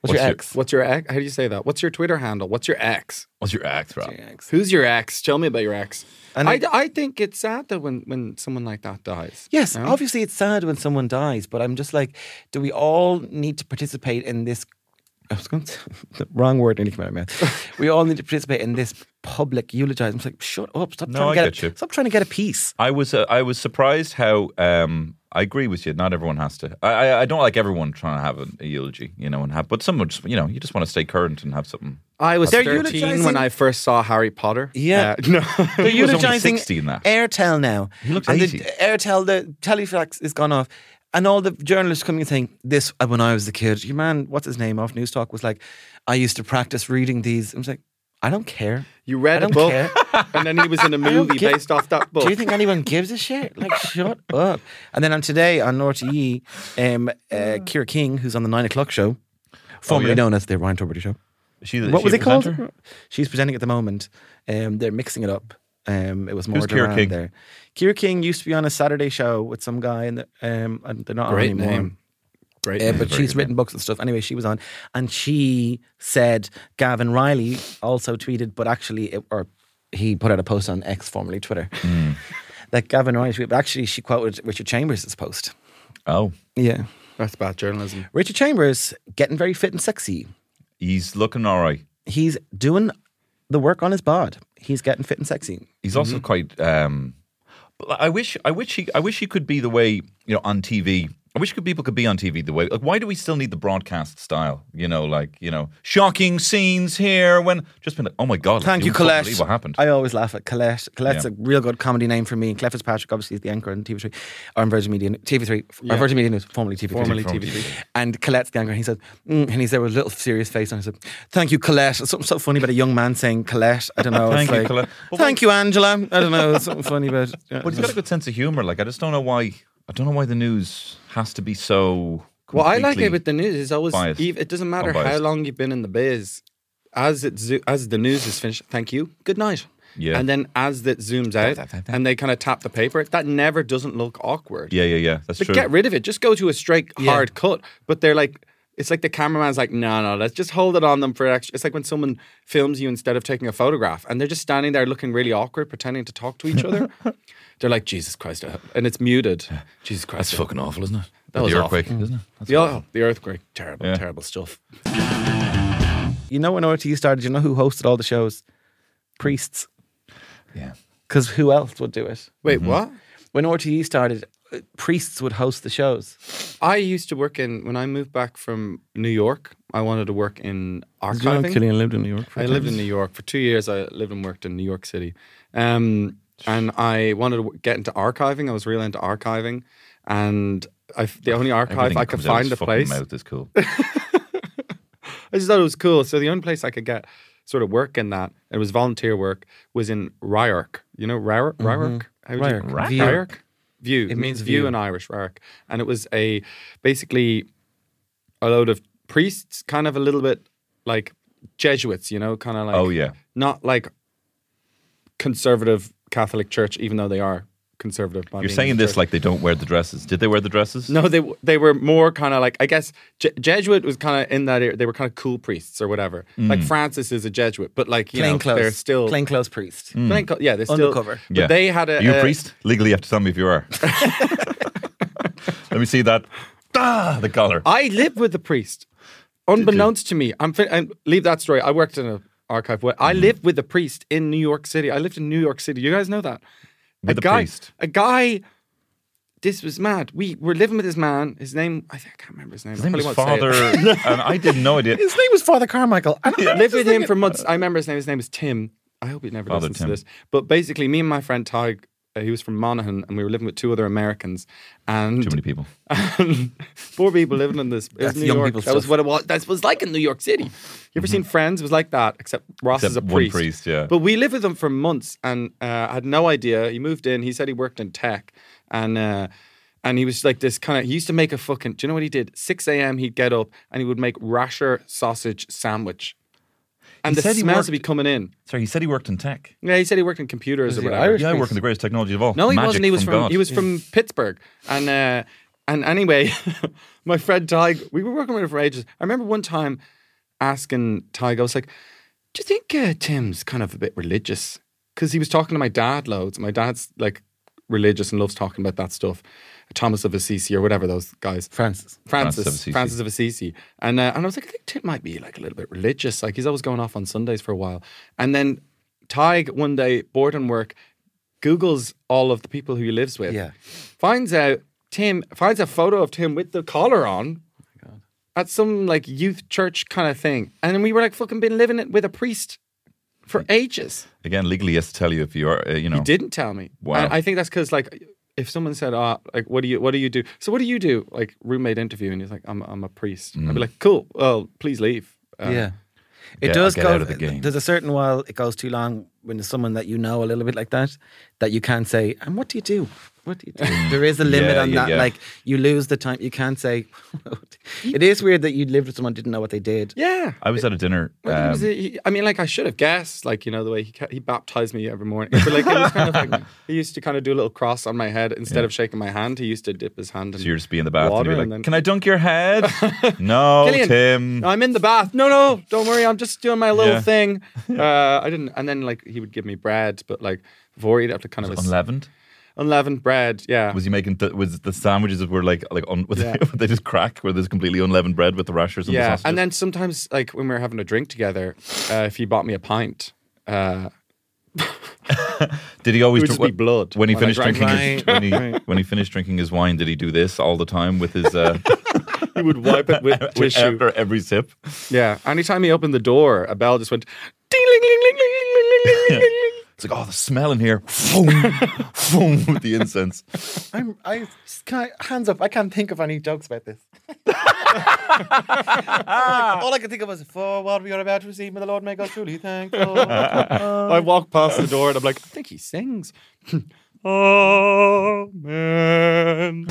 [SPEAKER 4] What's,
[SPEAKER 3] What's
[SPEAKER 4] your
[SPEAKER 3] your-
[SPEAKER 4] X?
[SPEAKER 2] What's your ex? How do you say that? What's your Twitter handle? What's your ex?
[SPEAKER 3] What's your act, Rob?
[SPEAKER 2] Who's your ex? Tell me about your ex.
[SPEAKER 4] And
[SPEAKER 2] I,
[SPEAKER 4] I-
[SPEAKER 2] I think it's sad that when, when someone like that dies.
[SPEAKER 4] Yes,
[SPEAKER 2] no?
[SPEAKER 4] obviously it's sad when someone dies, but I'm just like, do we all need to participate in this? I was going to, <laughs> the wrong word nearly came out of my mouth. we all need to participate in this public eulogizing. It's like, shut up! Stop
[SPEAKER 3] No,
[SPEAKER 4] trying to
[SPEAKER 3] I
[SPEAKER 4] get,
[SPEAKER 3] get
[SPEAKER 4] a,
[SPEAKER 3] you.
[SPEAKER 4] stop trying to get
[SPEAKER 3] <laughs>
[SPEAKER 4] a piece.
[SPEAKER 3] I was uh, I was surprised how um, I agree with you. Not everyone has to. I, I I don't like everyone trying to have an, a eulogy, you know, and have. But someone, just, you know, you just want to stay current and have something.
[SPEAKER 2] I was
[SPEAKER 4] They're
[SPEAKER 2] 13
[SPEAKER 4] eulogising-
[SPEAKER 2] when I first saw Harry Potter.
[SPEAKER 4] Yeah.
[SPEAKER 2] Uh, <laughs> no.
[SPEAKER 4] They're
[SPEAKER 3] He was only 60 in that.
[SPEAKER 4] Airtel now. He
[SPEAKER 3] looks
[SPEAKER 4] and
[SPEAKER 3] 80.
[SPEAKER 4] The, Airtel, the Telefax is gone off. And all the journalists coming and saying, This, uh, when I was a kid, your man, what's his name, off News Talk, was like, I used to practice reading these. I was like, I don't care.
[SPEAKER 2] You read
[SPEAKER 4] I
[SPEAKER 2] a
[SPEAKER 4] don't
[SPEAKER 2] book,
[SPEAKER 4] care.
[SPEAKER 2] and then he was in a movie
[SPEAKER 4] give-
[SPEAKER 2] based off that book.
[SPEAKER 4] Do you think anyone gives a shit? Like, shut up. And then on today on RTE, um, uh, Kira King, who's on the nine o'clock show, formerly
[SPEAKER 3] yeah?
[SPEAKER 4] known as the Ryan Tuberty show.
[SPEAKER 3] Is She, is
[SPEAKER 4] What
[SPEAKER 3] she
[SPEAKER 4] was
[SPEAKER 3] a
[SPEAKER 4] it called?
[SPEAKER 3] presenter?
[SPEAKER 4] She's presenting at the moment. Um, they're mixing it up. Um, it was more
[SPEAKER 3] Who's Kira King?
[SPEAKER 4] there. Kira King used to be on a Saturday show with some guy, and um, and they're not
[SPEAKER 2] Great
[SPEAKER 4] on anymore.
[SPEAKER 2] name. Great.
[SPEAKER 4] Uh,
[SPEAKER 2] name.
[SPEAKER 4] but
[SPEAKER 2] Very
[SPEAKER 4] she's
[SPEAKER 2] good
[SPEAKER 4] written books and stuff. Anyway, she was on, and she said Gavin Riley also tweeted, but actually, it, or he put out a post on X, formerly Twitter,
[SPEAKER 2] Mm.
[SPEAKER 4] <laughs> that Gavin Riley tweeted. But actually, she quoted Richard Chambers' post.
[SPEAKER 3] Oh,
[SPEAKER 4] Yeah,
[SPEAKER 2] name. That's bad journalism.
[SPEAKER 4] Richard Chambers getting very fit and sexy.
[SPEAKER 3] he's looking all right.
[SPEAKER 4] He's doing the work on his bod. He's getting fit and sexy.
[SPEAKER 3] He's also quite. Um, but I wish, I wish he, I wish he could be the way you know on TV. I wish people could be on TV the way. Like, why do we still need the broadcast style? You know, like you know, shocking scenes here. When just been like, oh my god! like,
[SPEAKER 4] Thank
[SPEAKER 3] they
[SPEAKER 4] you,
[SPEAKER 3] wouldn't fucking
[SPEAKER 4] Colette.
[SPEAKER 3] believe What happened?
[SPEAKER 4] I always laugh at Colette. Colette's
[SPEAKER 3] Yeah.
[SPEAKER 4] a real good comedy name for me. And Clef Fitzpatrick obviously is the anchor on TV3 or on Virgin Media, TV3 or Virgin Media News, formerly TV3.
[SPEAKER 2] Formerly
[SPEAKER 3] From
[SPEAKER 2] TV.
[SPEAKER 4] And Colette's the anchor. And he said, mm, and he's there with a little serious face, and he said, "Thank you, Colette." It's something so funny about a young man saying Colette. I don't know. It's
[SPEAKER 3] Thank you,
[SPEAKER 4] like,
[SPEAKER 3] Colette. But
[SPEAKER 4] Thank you, Angela. I don't know. It's something funny about.
[SPEAKER 3] But he's got a good sense of humor. Like I just don't know why. I don't know why the news has to be so.
[SPEAKER 2] Well, I like it
[SPEAKER 3] completely-
[SPEAKER 2] with the news. It's always
[SPEAKER 3] biased.
[SPEAKER 2] ev- it doesn't matter how
[SPEAKER 3] Unbiased.
[SPEAKER 2] long you've been in the biz. As it zo- as the news is finished, thank you, good night.
[SPEAKER 3] Yeah.
[SPEAKER 2] And then as that zooms out and they kind of tap the paper, that never doesn't look awkward.
[SPEAKER 3] Yeah, yeah, yeah. That's
[SPEAKER 2] But
[SPEAKER 3] true.
[SPEAKER 2] get rid of it. Just go to a straight hard cut. But they're like, it's like the cameraman's like, no, no, let's just hold it on them for extra. It's like when someone films you instead of taking a photograph, and they're just standing there looking really awkward, pretending to talk to each
[SPEAKER 3] <laughs>
[SPEAKER 2] other. they're like, Jesus Christ, I hope-" and it's muted. Jesus Christ,
[SPEAKER 3] It's
[SPEAKER 2] I hope-
[SPEAKER 3] fucking awful, isn't it?
[SPEAKER 2] That was
[SPEAKER 3] the
[SPEAKER 2] awful.
[SPEAKER 3] earthquake, isn't it? That's
[SPEAKER 2] The, oh, the earthquake, terrible,
[SPEAKER 3] Yeah.
[SPEAKER 2] terrible stuff.
[SPEAKER 4] You know when RTE started? You know who hosted all the shows? Priests.
[SPEAKER 3] yeah.
[SPEAKER 4] Because who else would do it?
[SPEAKER 2] Wait,
[SPEAKER 3] Mm-hmm.
[SPEAKER 2] what?
[SPEAKER 4] When RTE started, uh, priests would host the shows.
[SPEAKER 2] I used to work in when I moved back from New York. I wanted to work in archiving.
[SPEAKER 4] lived in New York.
[SPEAKER 2] I lived in New York for two years. I lived and worked in New York City, um, and I wanted to w- get into archiving. I was really into archiving, and I, f- the only archive
[SPEAKER 3] Everything
[SPEAKER 2] I
[SPEAKER 3] that
[SPEAKER 2] could
[SPEAKER 3] comes out of
[SPEAKER 2] find
[SPEAKER 3] his
[SPEAKER 2] a
[SPEAKER 3] fucking
[SPEAKER 2] place.
[SPEAKER 3] Mouth
[SPEAKER 2] <laughs>
[SPEAKER 3] is cool.
[SPEAKER 2] I just thought it was cool. So the only place I could get sort of work in that it was volunteer work was in Ryark. You know Ryark.
[SPEAKER 3] Mm-hmm.
[SPEAKER 2] Ryark. How would you-
[SPEAKER 4] Ryark.
[SPEAKER 2] Ryark.
[SPEAKER 4] View.
[SPEAKER 2] Ryark? View. It,
[SPEAKER 4] means
[SPEAKER 2] means view,
[SPEAKER 4] view.
[SPEAKER 2] in Irish. Ryark. And it was a basically a load of priests, kind of a little bit like Jesuits. You know, kind of like
[SPEAKER 3] Oh, yeah.
[SPEAKER 2] not like conservative Catholic Church, even though they are conservative. by
[SPEAKER 3] You're
[SPEAKER 2] being
[SPEAKER 3] saying
[SPEAKER 2] a
[SPEAKER 3] this
[SPEAKER 2] church.
[SPEAKER 3] like they don't wear the dresses. Did they wear the dresses?
[SPEAKER 2] No, they w- they were more kind of like I guess Je- Jesuit was kind of in that era. They were kind of cool priests or whatever.
[SPEAKER 3] Mm.
[SPEAKER 2] Like Francis is a Jesuit, but like you know, they're
[SPEAKER 4] Plainclothes.
[SPEAKER 2] still
[SPEAKER 4] Plainclothes priest.
[SPEAKER 3] Mm.
[SPEAKER 2] plainclo- Yeah, they're still
[SPEAKER 4] Undercover.
[SPEAKER 2] But they had a uh,
[SPEAKER 3] You a
[SPEAKER 2] a-
[SPEAKER 3] priest? Legally, you have to tell me if
[SPEAKER 2] <laughs>
[SPEAKER 3] you are. <laughs> Let me see that. Ah, the collar.
[SPEAKER 2] I live with a priest, unbeknownst to me. I'm, fin- i leave that story. I worked in an archive. Where
[SPEAKER 3] Mm.
[SPEAKER 2] I lived with a priest in New York City. I lived in New York City. You guys know that
[SPEAKER 3] With a
[SPEAKER 2] guy,
[SPEAKER 3] priest.
[SPEAKER 2] A guy this was mad. We were living with this man. His name, I, think, I can't remember his name.
[SPEAKER 3] His
[SPEAKER 2] I
[SPEAKER 3] name was
[SPEAKER 2] probably won't say
[SPEAKER 3] Father,
[SPEAKER 2] it. <laughs>
[SPEAKER 3] and I didn't know I did.
[SPEAKER 4] His name was Father Carmichael. And I
[SPEAKER 2] lived with him for months. I remember his name. His name was Tim. I hope he never
[SPEAKER 3] Father
[SPEAKER 2] listens
[SPEAKER 3] Tim.
[SPEAKER 2] to this. But basically, me and my friend Ty, uh, he was from Monaghan, and we were living with two other Americans. And
[SPEAKER 3] Too many people.
[SPEAKER 2] and poor people living in this. It was
[SPEAKER 4] That's
[SPEAKER 2] New
[SPEAKER 4] young
[SPEAKER 2] York.
[SPEAKER 4] people
[SPEAKER 2] That was
[SPEAKER 4] stuff.
[SPEAKER 2] what it was. That was like in New York City. You ever seen Friends? It was like that, except Ross
[SPEAKER 3] Except
[SPEAKER 2] is a
[SPEAKER 3] one
[SPEAKER 2] priest.
[SPEAKER 3] priest, yeah.
[SPEAKER 2] But we lived with him for months, and uh, had no idea. He moved in. He said he worked in tech, and. Uh, and he was like this kind of. He used to make a fucking. Do you know what he did? Six a.m. He'd get up and he would make rasher sausage sandwich, and
[SPEAKER 3] He
[SPEAKER 2] the
[SPEAKER 3] said he
[SPEAKER 2] smells would be
[SPEAKER 3] worked-
[SPEAKER 2] coming in.
[SPEAKER 3] Sorry, he said he worked in tech.
[SPEAKER 2] Yeah, he said he worked in computers or
[SPEAKER 4] he
[SPEAKER 2] whatever.
[SPEAKER 4] Irish?
[SPEAKER 3] Yeah, I work
[SPEAKER 4] priest.
[SPEAKER 3] in the greatest technology of all.
[SPEAKER 2] No, he
[SPEAKER 3] Oh, Magic
[SPEAKER 2] wasn't. He was from,
[SPEAKER 3] God.
[SPEAKER 2] he was from Pittsburgh, and uh, and anyway, <laughs> my friend Ty, we were working with him for ages. I remember one time asking Ty, I was like, "Do you think uh, Tim's kind of a bit religious?" Because he was talking to my dad loads. My dad's like religious and loves talking about that stuff. Thomas of Assisi or whatever those guys.
[SPEAKER 4] Francis.
[SPEAKER 2] Francis,
[SPEAKER 3] Francis of Assisi.
[SPEAKER 2] Francis of Assisi. And, uh, and I was like, I think Tim might be like a little bit religious. Like he's always going off on Sundays for a while. And then Tig one day, bored and work, Googles all of the people who he lives with.
[SPEAKER 4] Yeah.
[SPEAKER 2] Finds out Tim, finds a photo of Tim with the collar on at some like youth church kind of thing. And then we were like fucking been living it with a priest for ages.
[SPEAKER 3] Again, legally, he has to tell you if you are, uh, you know.
[SPEAKER 2] He didn't tell me.
[SPEAKER 3] Wow.
[SPEAKER 2] And I think that's because like if someone said, "Ah, like what do you what do you do?" So what do you do? Like roommate interview, and he's like, "I'm I'm a priest."
[SPEAKER 3] Mm.
[SPEAKER 2] I'd be like, "Cool. Well, please leave." Uh,
[SPEAKER 4] yeah. It
[SPEAKER 3] Yeah,
[SPEAKER 4] does
[SPEAKER 3] I'll get
[SPEAKER 4] go.
[SPEAKER 3] out of the game.
[SPEAKER 4] There's a certain while it goes too long when there's someone that you know a little bit like that, that you can't say, and what do you do? What do you do? There is a limit
[SPEAKER 3] Mm. Yeah,
[SPEAKER 4] on
[SPEAKER 3] yeah,
[SPEAKER 4] that.
[SPEAKER 3] yeah.
[SPEAKER 4] Like, you lose the time. You can't say, <laughs> it is weird that you lived with someone, didn't know what they did.
[SPEAKER 2] Yeah.
[SPEAKER 3] I was at a dinner.
[SPEAKER 2] Well, he was
[SPEAKER 3] um,
[SPEAKER 2] a- he- I mean, like I should have guessed, like you know the way he ca- he baptized me every morning. But like it was kind of
[SPEAKER 3] <laughs>
[SPEAKER 2] like he used to kind of do a little cross on my head instead of shaking my hand. He used to dip his hand. In
[SPEAKER 3] so you're just be in the bath
[SPEAKER 2] water
[SPEAKER 3] and be like,
[SPEAKER 2] then-
[SPEAKER 3] "Can I dunk
[SPEAKER 2] <laughs>
[SPEAKER 3] your head?" no,
[SPEAKER 2] Gillian,
[SPEAKER 3] Tim.
[SPEAKER 2] I'm in the bath. No, no, don't worry. I'm just doing my little
[SPEAKER 3] Yeah. <laughs>
[SPEAKER 2] thing. Uh, I didn't. And then like he would give me bread, but like before he'd have to kind of a-
[SPEAKER 3] Unleavened?
[SPEAKER 2] unleavened bread. Yeah.
[SPEAKER 3] Was he making th- was the sandwiches that were like like un- <laughs>
[SPEAKER 2] Yeah.
[SPEAKER 3] they just crack where there's completely unleavened bread with the rashers and the
[SPEAKER 2] yeah.
[SPEAKER 3] sausages?
[SPEAKER 2] And then sometimes, like when we were having a drink together, uh, if he bought me a pint, uh,
[SPEAKER 3] did he always
[SPEAKER 2] it would just
[SPEAKER 3] drink-
[SPEAKER 2] be blood
[SPEAKER 3] when he
[SPEAKER 2] when I
[SPEAKER 3] finished
[SPEAKER 2] drank
[SPEAKER 3] drinking his, when he
[SPEAKER 2] <laughs>
[SPEAKER 3] when he finished drinking his wine? Did he do this all the time with
[SPEAKER 2] <laughs>
[SPEAKER 3] his uh,
[SPEAKER 2] <laughs> he would wipe it with <laughs>
[SPEAKER 3] with
[SPEAKER 2] tissue.
[SPEAKER 3] after every sip?
[SPEAKER 2] Yeah. Anytime he opened the door, a bell just went ding, ling, ling, ling, ling, ling, ling, ling, ling, ling, ling.
[SPEAKER 3] It's like oh the smell in here, <laughs> Vroom, vroom, with the incense.
[SPEAKER 4] I'm, I just can't, hands up, I can't think of any jokes
[SPEAKER 3] <laughs>
[SPEAKER 4] about this. all I can think of was, for what we are about to receive, may the Lord make us truly thankful.
[SPEAKER 2] <laughs>
[SPEAKER 3] <laughs>
[SPEAKER 2] I walk past the door and I'm like, I think he sings. Amen.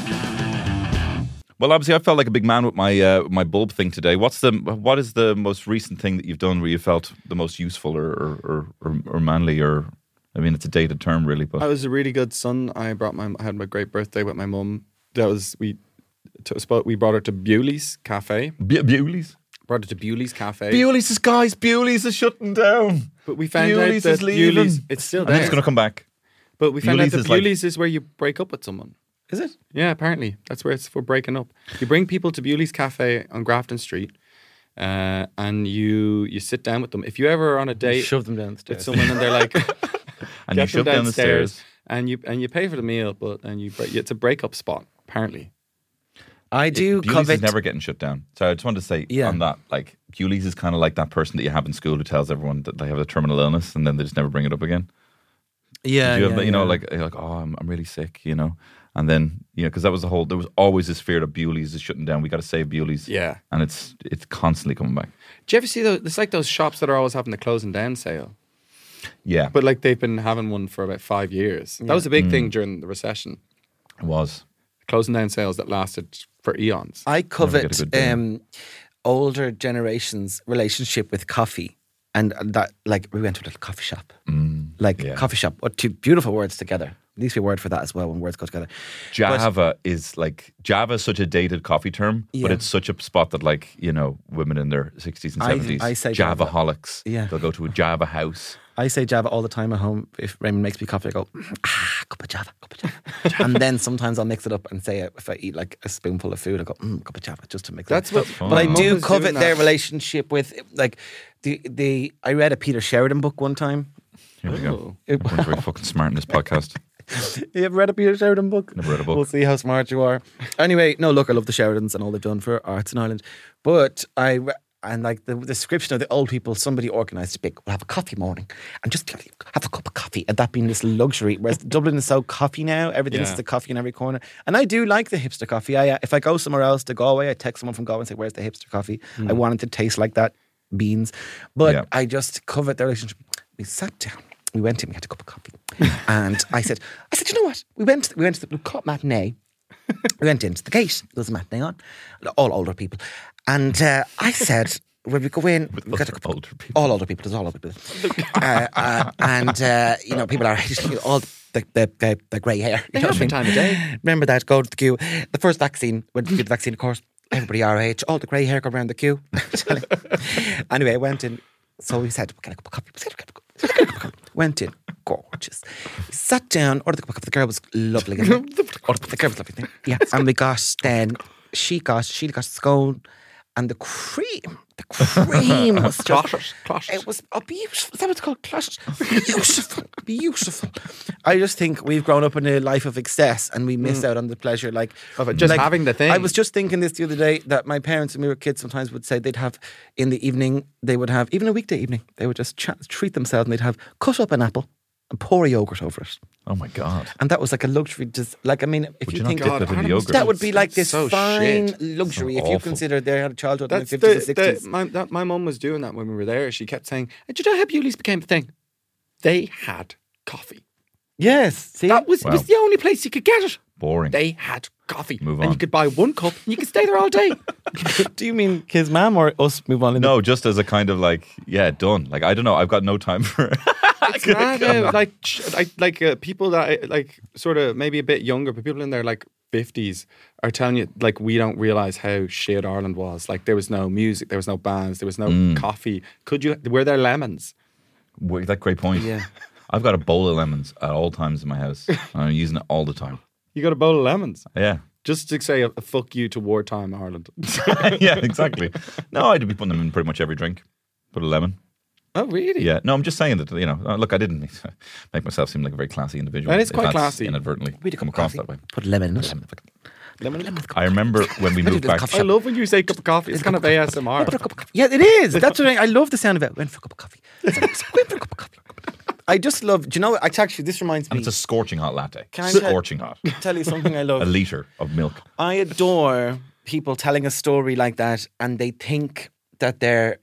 [SPEAKER 3] Well, obviously, I felt like a big man with my uh, my bulb thing today. What's the what is the most recent thing that you've done where you felt the most useful or or, or, or, or manly or I mean, it's a dated term, really, but
[SPEAKER 2] I was a really good son. I brought my I had my great birthday with my mum. That was we took a spot. We brought her to Bewley's Cafe.
[SPEAKER 3] Be- Bewley's.
[SPEAKER 2] Brought her to Bewley's Cafe.
[SPEAKER 3] Bewley's is guys. Bewley's is shutting down.
[SPEAKER 2] but we found
[SPEAKER 3] Bewley's
[SPEAKER 2] out
[SPEAKER 3] is
[SPEAKER 2] that
[SPEAKER 3] leaving.
[SPEAKER 2] Bewley's it's still
[SPEAKER 3] I think
[SPEAKER 2] there.
[SPEAKER 3] it's going to come back.
[SPEAKER 2] but we found
[SPEAKER 3] Bewley's
[SPEAKER 2] out that
[SPEAKER 3] is like-
[SPEAKER 2] Bewley's is where you break up with someone.
[SPEAKER 4] Is it?
[SPEAKER 2] Yeah, apparently that's where it's for breaking up. You bring people to Bewley's Cafe on Grafton Street, uh, and you you sit down with them. If you ever are on a date
[SPEAKER 4] Shove them down the
[SPEAKER 2] with
[SPEAKER 4] stairs.
[SPEAKER 2] someone and they're
[SPEAKER 3] <laughs>
[SPEAKER 2] like. <laughs>
[SPEAKER 3] And you
[SPEAKER 2] get them
[SPEAKER 3] shove down the
[SPEAKER 2] downstairs,
[SPEAKER 3] stairs.
[SPEAKER 2] and you and you pay for the meal, but and you break, it's a breakup spot apparently.
[SPEAKER 4] I do
[SPEAKER 3] Bewley's
[SPEAKER 4] covet.
[SPEAKER 3] is never getting shut down. So I just wanted to say
[SPEAKER 4] Yeah.
[SPEAKER 3] on that, like Bewley's is kind of like that person that you have in school who tells everyone that they have a terminal illness and then they just never bring it up again.
[SPEAKER 4] yeah,
[SPEAKER 3] Did you have
[SPEAKER 4] yeah,
[SPEAKER 3] that, you know,
[SPEAKER 4] yeah.
[SPEAKER 3] like you're like, oh, I'm, I'm really sick, you know, and then you know, because that was the whole. There was always this fear that Bewley's is shutting down. We got to save Bewley's.
[SPEAKER 2] Yeah.
[SPEAKER 3] and it's it's constantly coming back.
[SPEAKER 2] Do you ever see those? It's like those shops that are always having the closing down sale,
[SPEAKER 3] Yeah,
[SPEAKER 2] but like they've been having one for about five years. That was a big
[SPEAKER 3] Mm.
[SPEAKER 2] thing during the recession.
[SPEAKER 3] it was.
[SPEAKER 2] Closing down sales that lasted for eons.
[SPEAKER 3] get a
[SPEAKER 4] I
[SPEAKER 3] good
[SPEAKER 4] covet
[SPEAKER 3] dinner.
[SPEAKER 4] um, older generations' relationship with coffee, and uh, that like we went to a little coffee shop, like
[SPEAKER 3] Mm, yeah.
[SPEAKER 4] coffee shop. What two beautiful words together. There needs to be a word for that as well when words go together.
[SPEAKER 3] Java is like Java is such a dated coffee term, but
[SPEAKER 4] Yeah.
[SPEAKER 3] it's such a spot that like you know women in their sixties and
[SPEAKER 4] I-
[SPEAKER 3] seventies,
[SPEAKER 4] I say Java.
[SPEAKER 3] Javaholics.
[SPEAKER 4] Yeah.
[SPEAKER 3] they'll go to a Java house.
[SPEAKER 4] I say Java all the time at home. If Raymond makes me coffee, I go ah, cup of Java, cup of
[SPEAKER 2] <laughs>
[SPEAKER 4] Java, and then sometimes I'll mix it up and say it if I eat like a spoonful of food, I go mm, cup of Java just to mix
[SPEAKER 2] That's
[SPEAKER 4] it. up.
[SPEAKER 2] what- That's
[SPEAKER 3] fine.
[SPEAKER 4] but I
[SPEAKER 3] My mum
[SPEAKER 4] do
[SPEAKER 2] was doing
[SPEAKER 4] covet their
[SPEAKER 2] that.
[SPEAKER 4] relationship with like the the. I read a Peter Sheridan book one time.
[SPEAKER 3] Here we go.
[SPEAKER 2] Oh.
[SPEAKER 4] <laughs>
[SPEAKER 3] Everyone's very fucking smart in this podcast.
[SPEAKER 4] you ever read a Peter Sheridan book?
[SPEAKER 3] Never read a book.
[SPEAKER 4] We'll see how smart you are. Anyway, no, look, I love the Sheridans and all they've done for arts in Ireland. But I, re- and like the description of the old people, somebody organised a big, we'll have a coffee morning and just have a cup of coffee. And that being this luxury. Whereas Dublin is so coffee now, everything is
[SPEAKER 2] Yeah.
[SPEAKER 4] the coffee in every corner. And I do like the hipster coffee. I, uh, if I go somewhere else to Galway, I text someone from Galway and say, where's the hipster coffee? I want it to taste like that beans. But
[SPEAKER 3] Yeah.
[SPEAKER 4] I just covered their relationship. We sat down. We went in. We had a cup of coffee, and I said, "I said, you know what? We went. We went to the Blue Cop matinee. We went into the gate. There was a matinee on. All older people, and uh, I said, when we go in, we got a
[SPEAKER 3] other
[SPEAKER 4] cup of-
[SPEAKER 3] older people.
[SPEAKER 4] all older people. There's all older people, uh, uh, and uh, you know, people are <laughs> all the the, the, the grey hair. You know what I mean?
[SPEAKER 2] time of day.
[SPEAKER 4] Remember that? Go to the queue. The first vaccine went to do the vaccine, of course. Everybody RH, all the grey hair go around the queue. <laughs> anyway, I went in. So we said, "Can I cup of coffee?" We said, "Can I cup of coffee?" Went in, gorgeous. Sat down, ordered the cup of coffee. The girl was lovely. the girl was lovely. Yeah, and we got then she got she got scone and the cream. The cream was just
[SPEAKER 2] Clotted, clotted.
[SPEAKER 4] it was a beautiful. Is that what it's called? Clotted. <laughs> Beautiful, beautiful. I just think we've grown up in a life of excess and we miss out on the pleasure. Like
[SPEAKER 2] Of it, just
[SPEAKER 4] like,
[SPEAKER 2] having the thing.
[SPEAKER 4] I was just thinking this the other day that my parents when we were kids sometimes would say they'd have in the evening they would have even a weekday evening they would just chat, treat themselves and they'd have cut up an apple and pour yogurt over it.
[SPEAKER 3] Oh my god.
[SPEAKER 4] And that was like a luxury. Just like I mean, if
[SPEAKER 3] Would
[SPEAKER 4] you,
[SPEAKER 3] you not
[SPEAKER 4] think
[SPEAKER 3] dip it in
[SPEAKER 2] animals-
[SPEAKER 3] yogurt?
[SPEAKER 4] that would be like this
[SPEAKER 2] That's so
[SPEAKER 4] fine
[SPEAKER 2] shit.
[SPEAKER 4] luxury
[SPEAKER 3] So
[SPEAKER 4] if you
[SPEAKER 3] awful.
[SPEAKER 4] consider they had a childhood
[SPEAKER 2] That's
[SPEAKER 4] in
[SPEAKER 2] the,
[SPEAKER 4] the fifties and
[SPEAKER 2] the
[SPEAKER 4] sixties.
[SPEAKER 2] my that, my mum was doing that when we were there. She kept saying, "Do you know how Bewley's became a thing? They had coffee.
[SPEAKER 4] Yes, see,
[SPEAKER 2] That was it was
[SPEAKER 3] Wow.
[SPEAKER 2] the only place you could get it.
[SPEAKER 3] Boring.
[SPEAKER 2] They had coffee,
[SPEAKER 3] Move
[SPEAKER 2] and
[SPEAKER 3] on.
[SPEAKER 2] you could buy one cup and you could stay there all day.
[SPEAKER 4] <laughs> Do you mean his mom or us move on? In <laughs>
[SPEAKER 3] no, just as a kind of like, yeah, done. Like I don't know. I've got no time for.
[SPEAKER 2] it's mad how, like ch- like like uh, people that I- like sort of maybe a bit younger, but people in their like fifties are telling you like we don't realize how shit Ireland was. Like there was no music, there was no bands, there was no coffee. Could you? Were there lemons?
[SPEAKER 3] Wait, that great point.
[SPEAKER 4] Yeah.
[SPEAKER 3] <laughs> I've got a bowl of lemons at all times in my house. and I'm using it all the time.
[SPEAKER 2] You got a bowl of lemons.
[SPEAKER 3] Yeah. <laughs>
[SPEAKER 2] Just to say a, a fuck you to wartime Ireland.
[SPEAKER 3] yeah, exactly. No, I'd be putting them in pretty much every drink. Put a lemon.
[SPEAKER 2] oh really?
[SPEAKER 3] Yeah. No, I'm just saying that, you know, uh, look, I didn't <laughs> make- make myself seem like a very classy individual.
[SPEAKER 2] That is
[SPEAKER 3] if
[SPEAKER 2] quite
[SPEAKER 3] that's
[SPEAKER 2] classy.
[SPEAKER 3] Inadvertently
[SPEAKER 4] We'd
[SPEAKER 3] come across that way.
[SPEAKER 4] Put lemon in it.
[SPEAKER 2] Lemon.
[SPEAKER 3] I remember
[SPEAKER 4] <laughs>
[SPEAKER 3] when we
[SPEAKER 4] Let me
[SPEAKER 3] moved
[SPEAKER 4] do this
[SPEAKER 3] back.
[SPEAKER 4] coffee
[SPEAKER 2] I love when you say cup of coffee. It's kind of
[SPEAKER 4] Put a
[SPEAKER 2] ASMR.
[SPEAKER 4] cup of coffee. Yeah, it is. That's what I, I love the sound of it. Went for a cup of coffee. Went for a cup of coffee. I just love. Do you know? what? I actually this reminds me.
[SPEAKER 3] And it's a scorching hot latte.
[SPEAKER 4] Can I tell-
[SPEAKER 3] scorching hot.
[SPEAKER 4] tell you something I
[SPEAKER 3] <laughs>
[SPEAKER 4] love.
[SPEAKER 3] A liter of milk.
[SPEAKER 4] I adore people telling a story like that, and they think that they're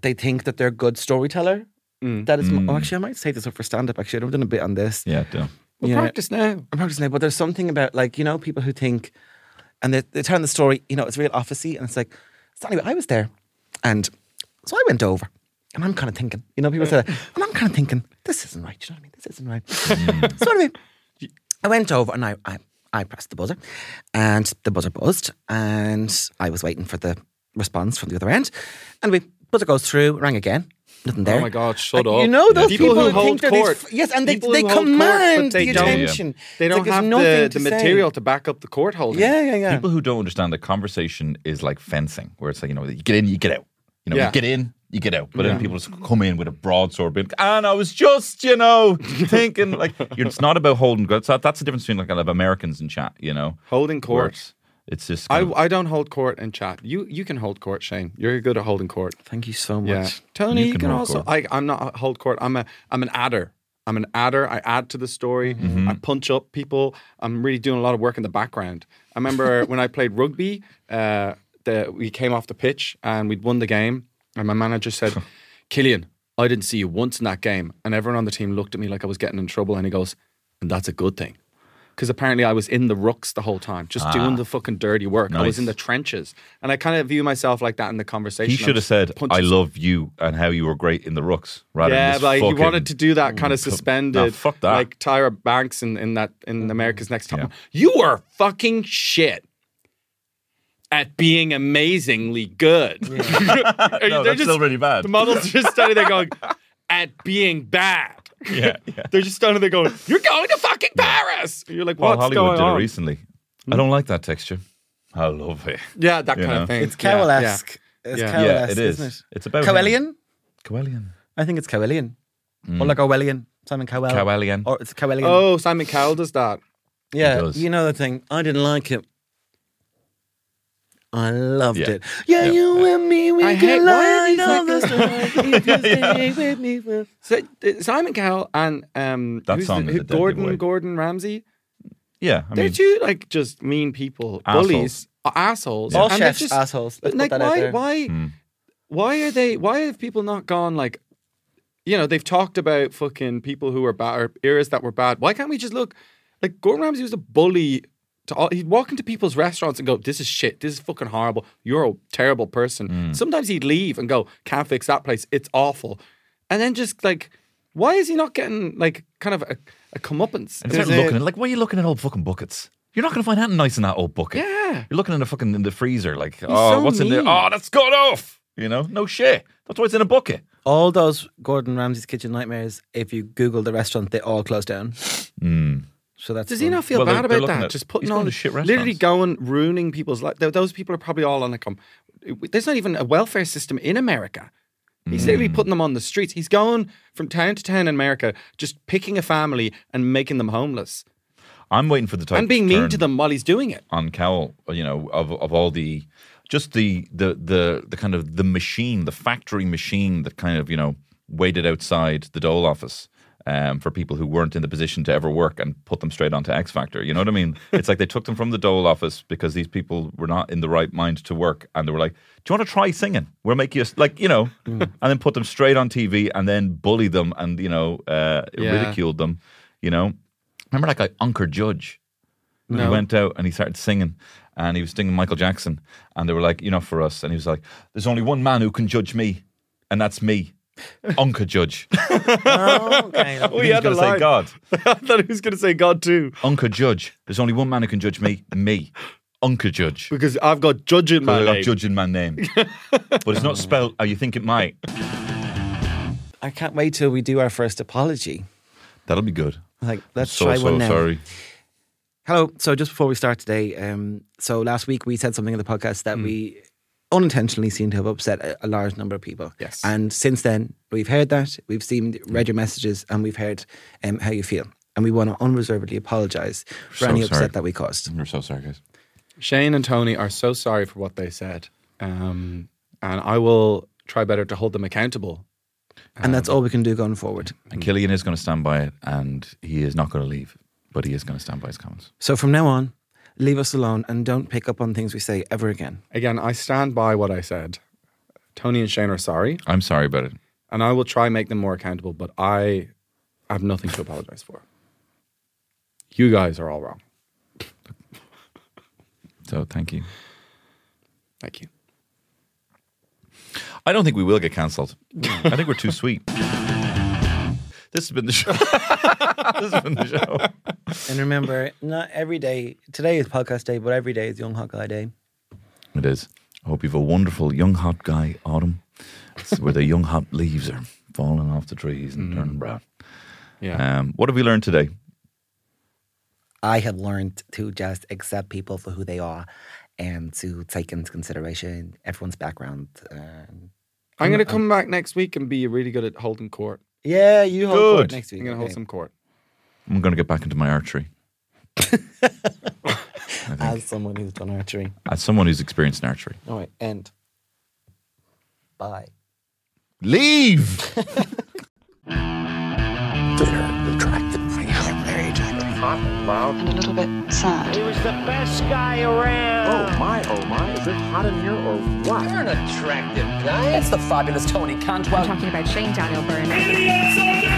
[SPEAKER 4] they think that they're a good storyteller. That is, oh, actually, I might say this up for stand up. Actually, I've done a bit on this.
[SPEAKER 3] Mm. Yeah, do.
[SPEAKER 2] Well,
[SPEAKER 4] Yeah.
[SPEAKER 2] Practice now.
[SPEAKER 4] I'm practicing now, but there's something about like you know people who think, and they they telling the story. You know, it's real officey, and it's like, so anyway, I was there, and so I went over, and I'm kind of thinking, you know, people say, that, and I'm kind of thinking, this isn't right. You know what I mean? This isn't
[SPEAKER 2] Mm.
[SPEAKER 4] right. <laughs> so anyway, I went over and I, I I pressed the buzzer, and the buzzer buzzed, and I was waiting for the response from the other end. Anyway, buzzer goes through, rang again, nothing there.
[SPEAKER 2] Oh my God! Shut
[SPEAKER 4] Like,
[SPEAKER 2] up.
[SPEAKER 4] You know those
[SPEAKER 2] people, who hold
[SPEAKER 4] think they're
[SPEAKER 2] court.
[SPEAKER 4] These, f- yes, and they,
[SPEAKER 2] People
[SPEAKER 4] they
[SPEAKER 2] who hold court, but
[SPEAKER 4] command
[SPEAKER 2] they
[SPEAKER 4] the
[SPEAKER 2] don't-
[SPEAKER 4] attention.
[SPEAKER 2] They
[SPEAKER 4] It's
[SPEAKER 2] don't
[SPEAKER 4] like there's
[SPEAKER 2] have
[SPEAKER 4] nothing
[SPEAKER 2] the,
[SPEAKER 4] to
[SPEAKER 2] the
[SPEAKER 4] say.
[SPEAKER 2] material to back up the court holding.
[SPEAKER 4] Yeah, yeah, yeah.
[SPEAKER 3] People who don't understand that conversation is like fencing, where it's like, you know, you get in, you get out. You know,
[SPEAKER 2] Yeah.
[SPEAKER 3] you get in, you get out. But then people just come in with a broadsword, being, and I was just, you know,
[SPEAKER 2] <laughs>
[SPEAKER 3] thinking, like, you're, it's not about holding, that's, that's the difference between, like, I love Americans and chat, you know.
[SPEAKER 2] Holding court.
[SPEAKER 3] Where it's- It's just,
[SPEAKER 2] I,
[SPEAKER 3] kind of-
[SPEAKER 2] I don't hold court and chat. You you can hold court, Shane. You're good at holding court.
[SPEAKER 4] Thank you so much.
[SPEAKER 2] Yeah, Tony, you,
[SPEAKER 3] can
[SPEAKER 2] can,
[SPEAKER 3] hold
[SPEAKER 2] also.
[SPEAKER 3] court.
[SPEAKER 2] I, I'm not a hold court. I'm a I'm an adder. I'm an adder. I add to the story.
[SPEAKER 3] Mm-hmm.
[SPEAKER 2] I punch up people. I'm really doing a lot of work in the background. I
[SPEAKER 3] <laughs>
[SPEAKER 2] remember when I played rugby. Uh, the, we came off the pitch and we'd won the game. And my manager
[SPEAKER 3] <laughs>
[SPEAKER 2] said, "Killian, I didn't see you once in that game." And everyone on the team looked at me like I was getting in trouble. And he goes, "And that's a good thing." Because apparently I was in the rucks the whole time, just doing the fucking dirty work. I was
[SPEAKER 3] Ah. Nice.
[SPEAKER 2] in the trenches, and I kind of view myself like that in the conversation.
[SPEAKER 3] he should have said, I
[SPEAKER 2] love."
[SPEAKER 3] love you and how you were great in the rooks, rather than
[SPEAKER 2] Yeah,
[SPEAKER 3] this
[SPEAKER 2] but like, he
[SPEAKER 3] fucking- <laughs>
[SPEAKER 2] wanted to do that kind of
[SPEAKER 3] Mm,
[SPEAKER 2] suspended,
[SPEAKER 3] nah, fuck that. Mm.
[SPEAKER 2] like Tyra Banks in, in that in America's Next Top. Model. You were fucking shit at being amazingly good. <laughs> Are you-
[SPEAKER 3] No,
[SPEAKER 2] they're
[SPEAKER 3] that's still really bad.
[SPEAKER 2] The models just standing there
[SPEAKER 3] <laughs>
[SPEAKER 2] going, at being bad.
[SPEAKER 3] Yeah, <laughs> yeah.
[SPEAKER 2] <laughs> They're just standing there going, you're going to fucking Paris. And you're like,
[SPEAKER 3] Paul
[SPEAKER 2] what's
[SPEAKER 3] Hollywood
[SPEAKER 2] going
[SPEAKER 3] did
[SPEAKER 2] on?
[SPEAKER 3] it recently. I don't like that texture. I love it.
[SPEAKER 2] Yeah, that
[SPEAKER 3] You
[SPEAKER 2] kind
[SPEAKER 3] know.
[SPEAKER 2] of thing.
[SPEAKER 4] It's Cowell-esque. It's
[SPEAKER 2] Yeah.
[SPEAKER 4] Cowell-esque,
[SPEAKER 3] Yeah, it is.
[SPEAKER 4] isn't it?
[SPEAKER 3] It's about him.
[SPEAKER 4] Cowellian?
[SPEAKER 3] Coelian.
[SPEAKER 4] I think it's Cowellian. Or like Orwellian. Simon Cowell.
[SPEAKER 3] Cowellian.
[SPEAKER 4] Or it's Cowellian.
[SPEAKER 2] Mm. Oh, Simon Cowell does that.
[SPEAKER 4] yeah.
[SPEAKER 3] does.
[SPEAKER 4] You know the thing. I didn't like it. I loved
[SPEAKER 3] Yeah.
[SPEAKER 4] it. Yeah,
[SPEAKER 3] Yeah,
[SPEAKER 4] you and me, we
[SPEAKER 2] I hate-
[SPEAKER 4] can
[SPEAKER 2] why are
[SPEAKER 4] lie
[SPEAKER 2] these
[SPEAKER 4] on the
[SPEAKER 2] like- <laughs>
[SPEAKER 4] story if you stay with me. for-
[SPEAKER 2] So uh, Simon Cowell and um,
[SPEAKER 3] That
[SPEAKER 2] who's
[SPEAKER 3] song
[SPEAKER 2] the,
[SPEAKER 3] is
[SPEAKER 2] who-
[SPEAKER 3] a dead
[SPEAKER 2] Gordon
[SPEAKER 3] giveaway.
[SPEAKER 2] Gordon Ramsay.
[SPEAKER 3] Yeah, I
[SPEAKER 2] They're
[SPEAKER 3] mean,
[SPEAKER 2] two like just mean people, bullies, uh, assholes.
[SPEAKER 4] All
[SPEAKER 2] and they're
[SPEAKER 4] chefs, assholes. Let's
[SPEAKER 2] But
[SPEAKER 4] put
[SPEAKER 2] like,
[SPEAKER 4] that out
[SPEAKER 2] why,
[SPEAKER 4] there.
[SPEAKER 2] why,
[SPEAKER 3] Hmm.
[SPEAKER 2] why are they? Why have people not gone like? You know, they've talked about fucking people who were bad or eras that were bad. Why can't we just look? Like Gordon Ramsay was a bully. To all, he'd walk into people's restaurants and go, "This is shit. This is fucking horrible. You're a terrible person."
[SPEAKER 3] Hmm.
[SPEAKER 2] Sometimes he'd leave and go, "Can't fix that place. It's awful." And then just like, why is he not getting like kind of a, a comeuppance?
[SPEAKER 3] and start
[SPEAKER 2] There's a-
[SPEAKER 3] looking at like, why are you looking at old fucking buckets? You're not going to find anything nice in that old bucket.
[SPEAKER 2] Yeah.
[SPEAKER 3] you're looking in the fucking in the freezer. Like, oh,
[SPEAKER 2] so
[SPEAKER 3] what's in there?
[SPEAKER 2] mean.
[SPEAKER 3] Oh, that's gone off. You know, no shit. That's why it's in a bucket.
[SPEAKER 4] All those Gordon Ramsay's kitchen nightmares. If you Google the restaurant, they all closed down.
[SPEAKER 2] Mm.
[SPEAKER 4] So that's
[SPEAKER 2] Does he
[SPEAKER 4] one.
[SPEAKER 2] not feel
[SPEAKER 3] Well, they're-
[SPEAKER 2] bad
[SPEAKER 3] they're
[SPEAKER 2] about
[SPEAKER 3] looking
[SPEAKER 2] that?
[SPEAKER 3] at-
[SPEAKER 2] Just putting
[SPEAKER 3] he's
[SPEAKER 2] on
[SPEAKER 3] going to shit
[SPEAKER 2] literally
[SPEAKER 3] restaurants.
[SPEAKER 2] going ruining people's life. Th- Those people are probably all on like um, there's not even a welfare system in America. He's literally putting them on the streets. He's going from town to town in America, just picking a family and making them homeless
[SPEAKER 3] I'm waiting for the time
[SPEAKER 2] and being mean to them while he's doing it. <laughs>
[SPEAKER 3] on Cowell, you know, of of all the just the the the the kind of the machine, the factory machine that kind of you know waited outside the Dole office. Um, for people who weren't in the position to ever work and put them straight onto X Factor. You know what I mean? it's like they took them from the Dole office because these people were not in the right mind to work. And they were like, Do you want to try singing? We'll make you, a s-" like, you know, <laughs> and then put them straight on TV and then bully them and, you know, uh,
[SPEAKER 2] Yeah.
[SPEAKER 3] ridiculed them. You know, remember that guy, Unker Judge? He went out and he started singing, and he was singing Michael Jackson, and they were like, you know, for us, and he was like, "There's only one man who can judge me, and
[SPEAKER 2] <laughs>
[SPEAKER 3] that's me, Unca Judge."
[SPEAKER 4] Oh,
[SPEAKER 3] <laughs>
[SPEAKER 4] okay.
[SPEAKER 3] he was
[SPEAKER 2] had a
[SPEAKER 3] going to say
[SPEAKER 2] line.
[SPEAKER 3] God,
[SPEAKER 2] I thought he was going to say God too,
[SPEAKER 3] Unca Judge. There's only one man who can judge me, me, Unca Judge.
[SPEAKER 2] because I've got judging
[SPEAKER 3] I
[SPEAKER 2] my
[SPEAKER 3] love
[SPEAKER 2] name.
[SPEAKER 3] judging my
[SPEAKER 2] <laughs>
[SPEAKER 3] name, but it's not spelled how you think it might.
[SPEAKER 4] I can't wait till we do our first apology.
[SPEAKER 3] That'll be good.
[SPEAKER 4] Like, let's
[SPEAKER 3] so
[SPEAKER 4] try
[SPEAKER 3] so
[SPEAKER 4] one now.
[SPEAKER 3] sorry.
[SPEAKER 4] Hello. So just before we start today, um, so last week we said something in the podcast that we unintentionally seem to have upset a, a large number of people.
[SPEAKER 2] Yes.
[SPEAKER 4] And since then, we've heard that, we've seen, read your messages, and we've heard um, how you feel. And we want to unreservedly apologise for
[SPEAKER 3] So
[SPEAKER 4] any
[SPEAKER 3] sorry.
[SPEAKER 4] upset that we caused.
[SPEAKER 3] We're so sorry, guys.
[SPEAKER 2] Shane and Tony are so sorry for what they said, um, and I will try better to hold them accountable.
[SPEAKER 4] and that's all we can do going forward.
[SPEAKER 3] And Killian is going to stand by it, and he is not going to leave, but he is going to stand by his comments.
[SPEAKER 4] So from now on, leave us alone and don't pick up on things we say ever again.
[SPEAKER 2] Again, I stand by what I said. Tony and Shane are sorry.
[SPEAKER 3] I'm sorry about it.
[SPEAKER 2] and I will try and make them more accountable. But I have nothing to apologize for. You guys are all wrong.
[SPEAKER 3] So thank you.
[SPEAKER 2] Thank you.
[SPEAKER 3] I don't think we will get cancelled. I think we're too sweet. This has been the show. <laughs> this has been the show.
[SPEAKER 4] And remember, not every day, today is podcast day, but every day is Young Hawkeye Day.
[SPEAKER 3] It is. I hope you have a wonderful young hot guy autumn. It's where the young hot leaves are falling off the trees and turning brown.
[SPEAKER 2] Yeah.
[SPEAKER 3] Um, what have we learned today?
[SPEAKER 4] I have learned to just accept people for who they are and to take into consideration everyone's background. Um,
[SPEAKER 2] I'm going to come back next week and be really good at holding court.
[SPEAKER 4] yeah, you hold court
[SPEAKER 3] Good.
[SPEAKER 4] next
[SPEAKER 2] I'm
[SPEAKER 4] week.
[SPEAKER 2] going to hold
[SPEAKER 4] okay.
[SPEAKER 2] some court.
[SPEAKER 3] I'm going to get back into my archery.
[SPEAKER 4] As someone who's done archery.
[SPEAKER 3] As someone who's experienced in archery,
[SPEAKER 4] All right, end. Bye.
[SPEAKER 3] leave.
[SPEAKER 7] Hot, loud.
[SPEAKER 6] and a little bit sad.
[SPEAKER 7] He was the best guy around.
[SPEAKER 5] Oh my, oh my, is it hot in here or what? You're an attractive guy. It's the fabulous Tony Cantwell.
[SPEAKER 8] talking about Shane Daniel Byrne.